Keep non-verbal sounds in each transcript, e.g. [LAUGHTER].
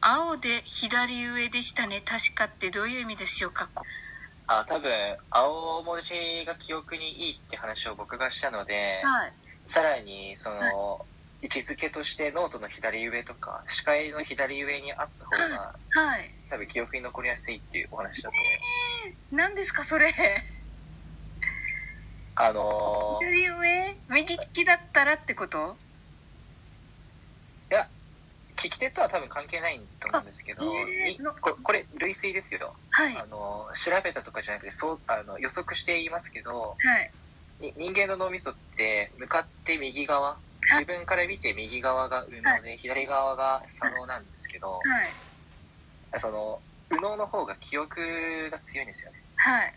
青で左上でしたね。確かってどういう意味でしょうか。こあ、多分、青文字が記憶にいいって話を僕がしたので、はい。さらに、その、位置づけとしてノートの左上とか、視界の左上にあった方が、はい。多分記憶に残りやすいっていうお話だと思います。何ですかそ [LAUGHS] れ。あのー、い左上右利きだったらってことや、聞き手とは多分関係ないと思うんですけど、あえーにここれ、類推ですよ。はい。はあの調べたとかじゃなくてそうあの予測して言いますけどい。に人間の脳みそって向かって右側自分から見て右側が右脳で左側が左脳なんですけどはい。その右脳の方が記憶が強いんですよねはい。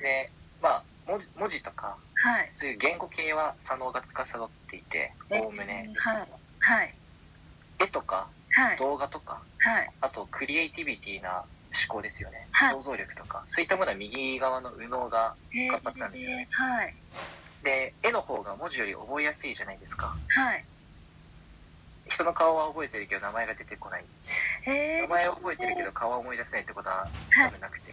でまあ文字文字とかはい。そういう言語系は左脳が司っていてえおおむねですけどはいはい。絵とかはい。動画とかはい。あとクリエイティビティな思考ですよねはい想像力とかそういったものは右側の右脳がえー活発なんですよねはい。で絵の方が文字より覚えやすいじゃないですかはい。人の顔は覚えてるけど名前が出てこないえ名ー前は覚えてるけど顔は思い出せないってことはは多い。分なくて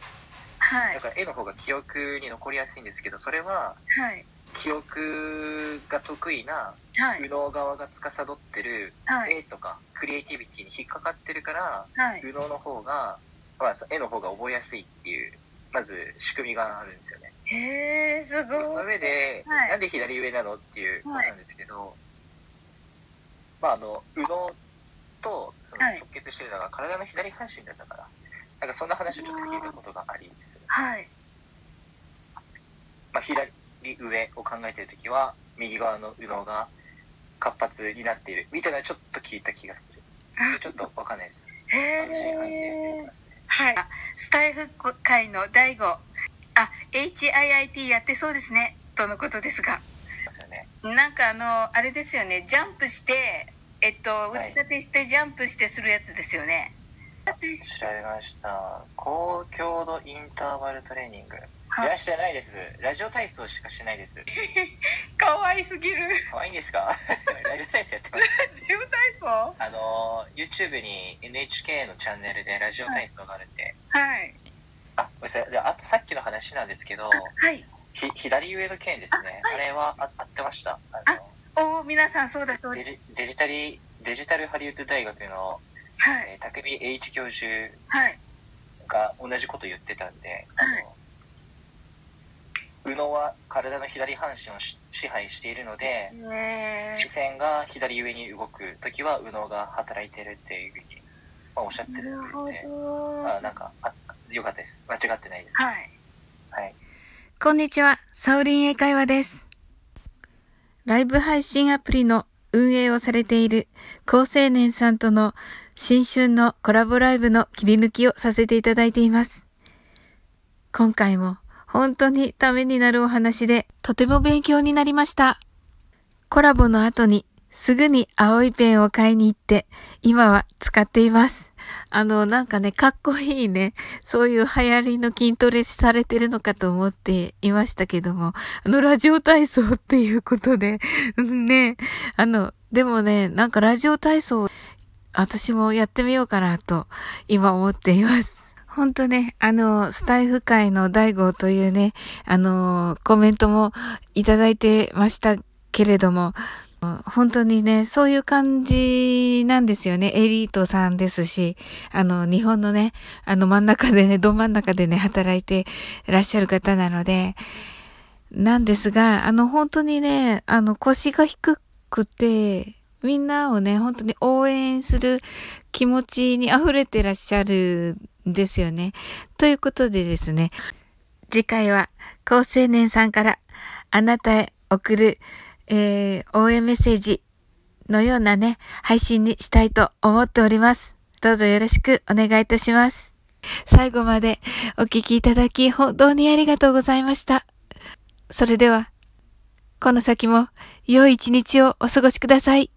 はだい。から絵の方が記憶に残りやすいんですけどそれははい。記憶が得意なは右い。脳側が司ってるはい。絵とかクリエイティビティに引っかかってるからはい。右脳の方が、まあ、その絵の方が覚えやすいっていうまず仕組みがあるんですよねへえ、すごい。その上で、はいなんで左上なのっていうことなんですけど、まああの右脳とそのはい直結してるのが体の左半身だったから、なんかそんな話をちょっと聞いたことがありです、はい。まあ、左上を考えてる時は右側の右脳が活発になっているみたいなのちょっと聞いた気がするちょっとわかんな [LAUGHS] いですへ楽しい感じで出てえき。ますねはい。あスタイフ会の第5。あ、HIIT やってそうですね。とのことですが。ますよねなんかあの、あれですよね。ジャンプして、えっと、腕い立てしてジャンプしてするやつですよね。腕立てし調べました高強度インターバルトレーニングいはいやしてないですラジオ体操しかしてないですかわいすぎ [LAUGHS] る。可愛いんですかラジオ体操やってます。自由体操あの、YouTube に NHK のチャンネルでラジオ体操があるんで。はい。あ、ごめんなさい。であとさっきの話なんですけど、はい。ひ左上の件ですね。あれはあ合ってました。あのおお、皆さんそうだと。はいデ。ジデジタリ、デジタルハリウッド大学の、えー、匠栄一教授はい。が同じこと言ってたんで、はいあの、右脳は体の左半身をし支配しているので、え視線が左上に動くときは右脳が働いてるっていうふうに、まあ、おっしゃっー。なてるるのほで、ど。まあ、なんかあよかったです間違ってないです、はい。はい、こんにちは、サオリン英会話です。ライブ配信アプリの運営をされている高青年さんとの新春のコラボライブの切り抜きをさせていただいています。今回も本当にためになるお話でとても勉強になりました。コラボの後にすぐに青いペンを買いに行って今は使っています。あの、なんかね、かっこいいね。そういう流行りの筋トレされてるのかと思っていましたけども、あの、ラジオ体操っていうことで、 [LAUGHS] うんね、あの、でもね、なんかラジオ体操、私もやってみようかなと、今思っています。ほんとね、あの、スタイフ界の大悟というね、あの、コメントもいただいてましたけれども、本当にね、そういう感じなんですよね。エリートさんですし、あの、日本のね、あの真ん中でね、ど真ん中でね、働いてらっしゃる方なので、なんですが、あの、本当にね、あの、腰が低くて、みんなをね、本当に応援する気持ちに溢れてらっしゃるんですよね。ということでですね、次回は、高青年さんから、あなたへ送る、えー応援メッセージのようなね、配信にしたいと思っております。どうぞよろしくお願いいたします。最後までお聞きいただき本当にありがとうございました。それでは、この先も良い一日をお過ごしください。